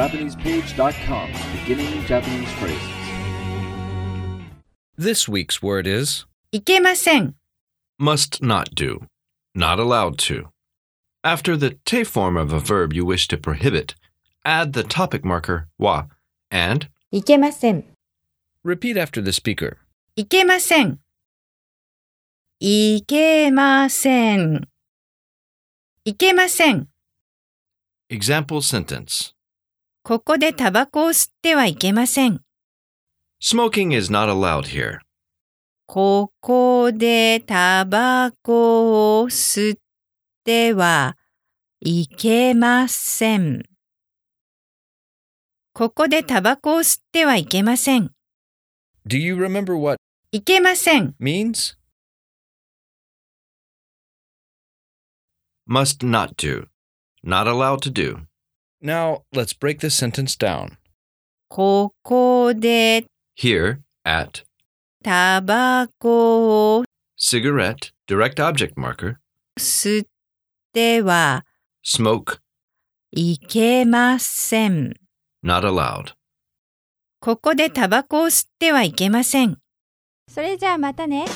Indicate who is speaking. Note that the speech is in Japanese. Speaker 1: JapanesePage.com, beginning Japanese phrases.
Speaker 2: This week's word is
Speaker 3: いけません、
Speaker 4: must not do, not allowed to. After the te form of a verb you wish to prohibit, add the topic marker wa and
Speaker 5: いけません、
Speaker 2: repeat after the speaker.
Speaker 3: いけません。いけません。いけません。
Speaker 4: example sentence.
Speaker 3: ここでタバコを吸ってはいけません。
Speaker 4: Smoking is not allowed here.
Speaker 3: ここでタバコを吸ってはいけません。ここでタバコを吸ってはいけません。
Speaker 2: Do you remember what
Speaker 3: いけません。
Speaker 2: means?
Speaker 4: Must not do, not allowed to do.
Speaker 2: Now, let's break this sentence down.
Speaker 3: ここで
Speaker 4: Here, at,
Speaker 3: タバコを
Speaker 4: cigarette, direct object marker,
Speaker 3: 吸っては
Speaker 4: smoke,
Speaker 3: いけません。
Speaker 4: not allowed.
Speaker 3: ここでタバコを吸ってはいけません。
Speaker 5: それじゃあまたね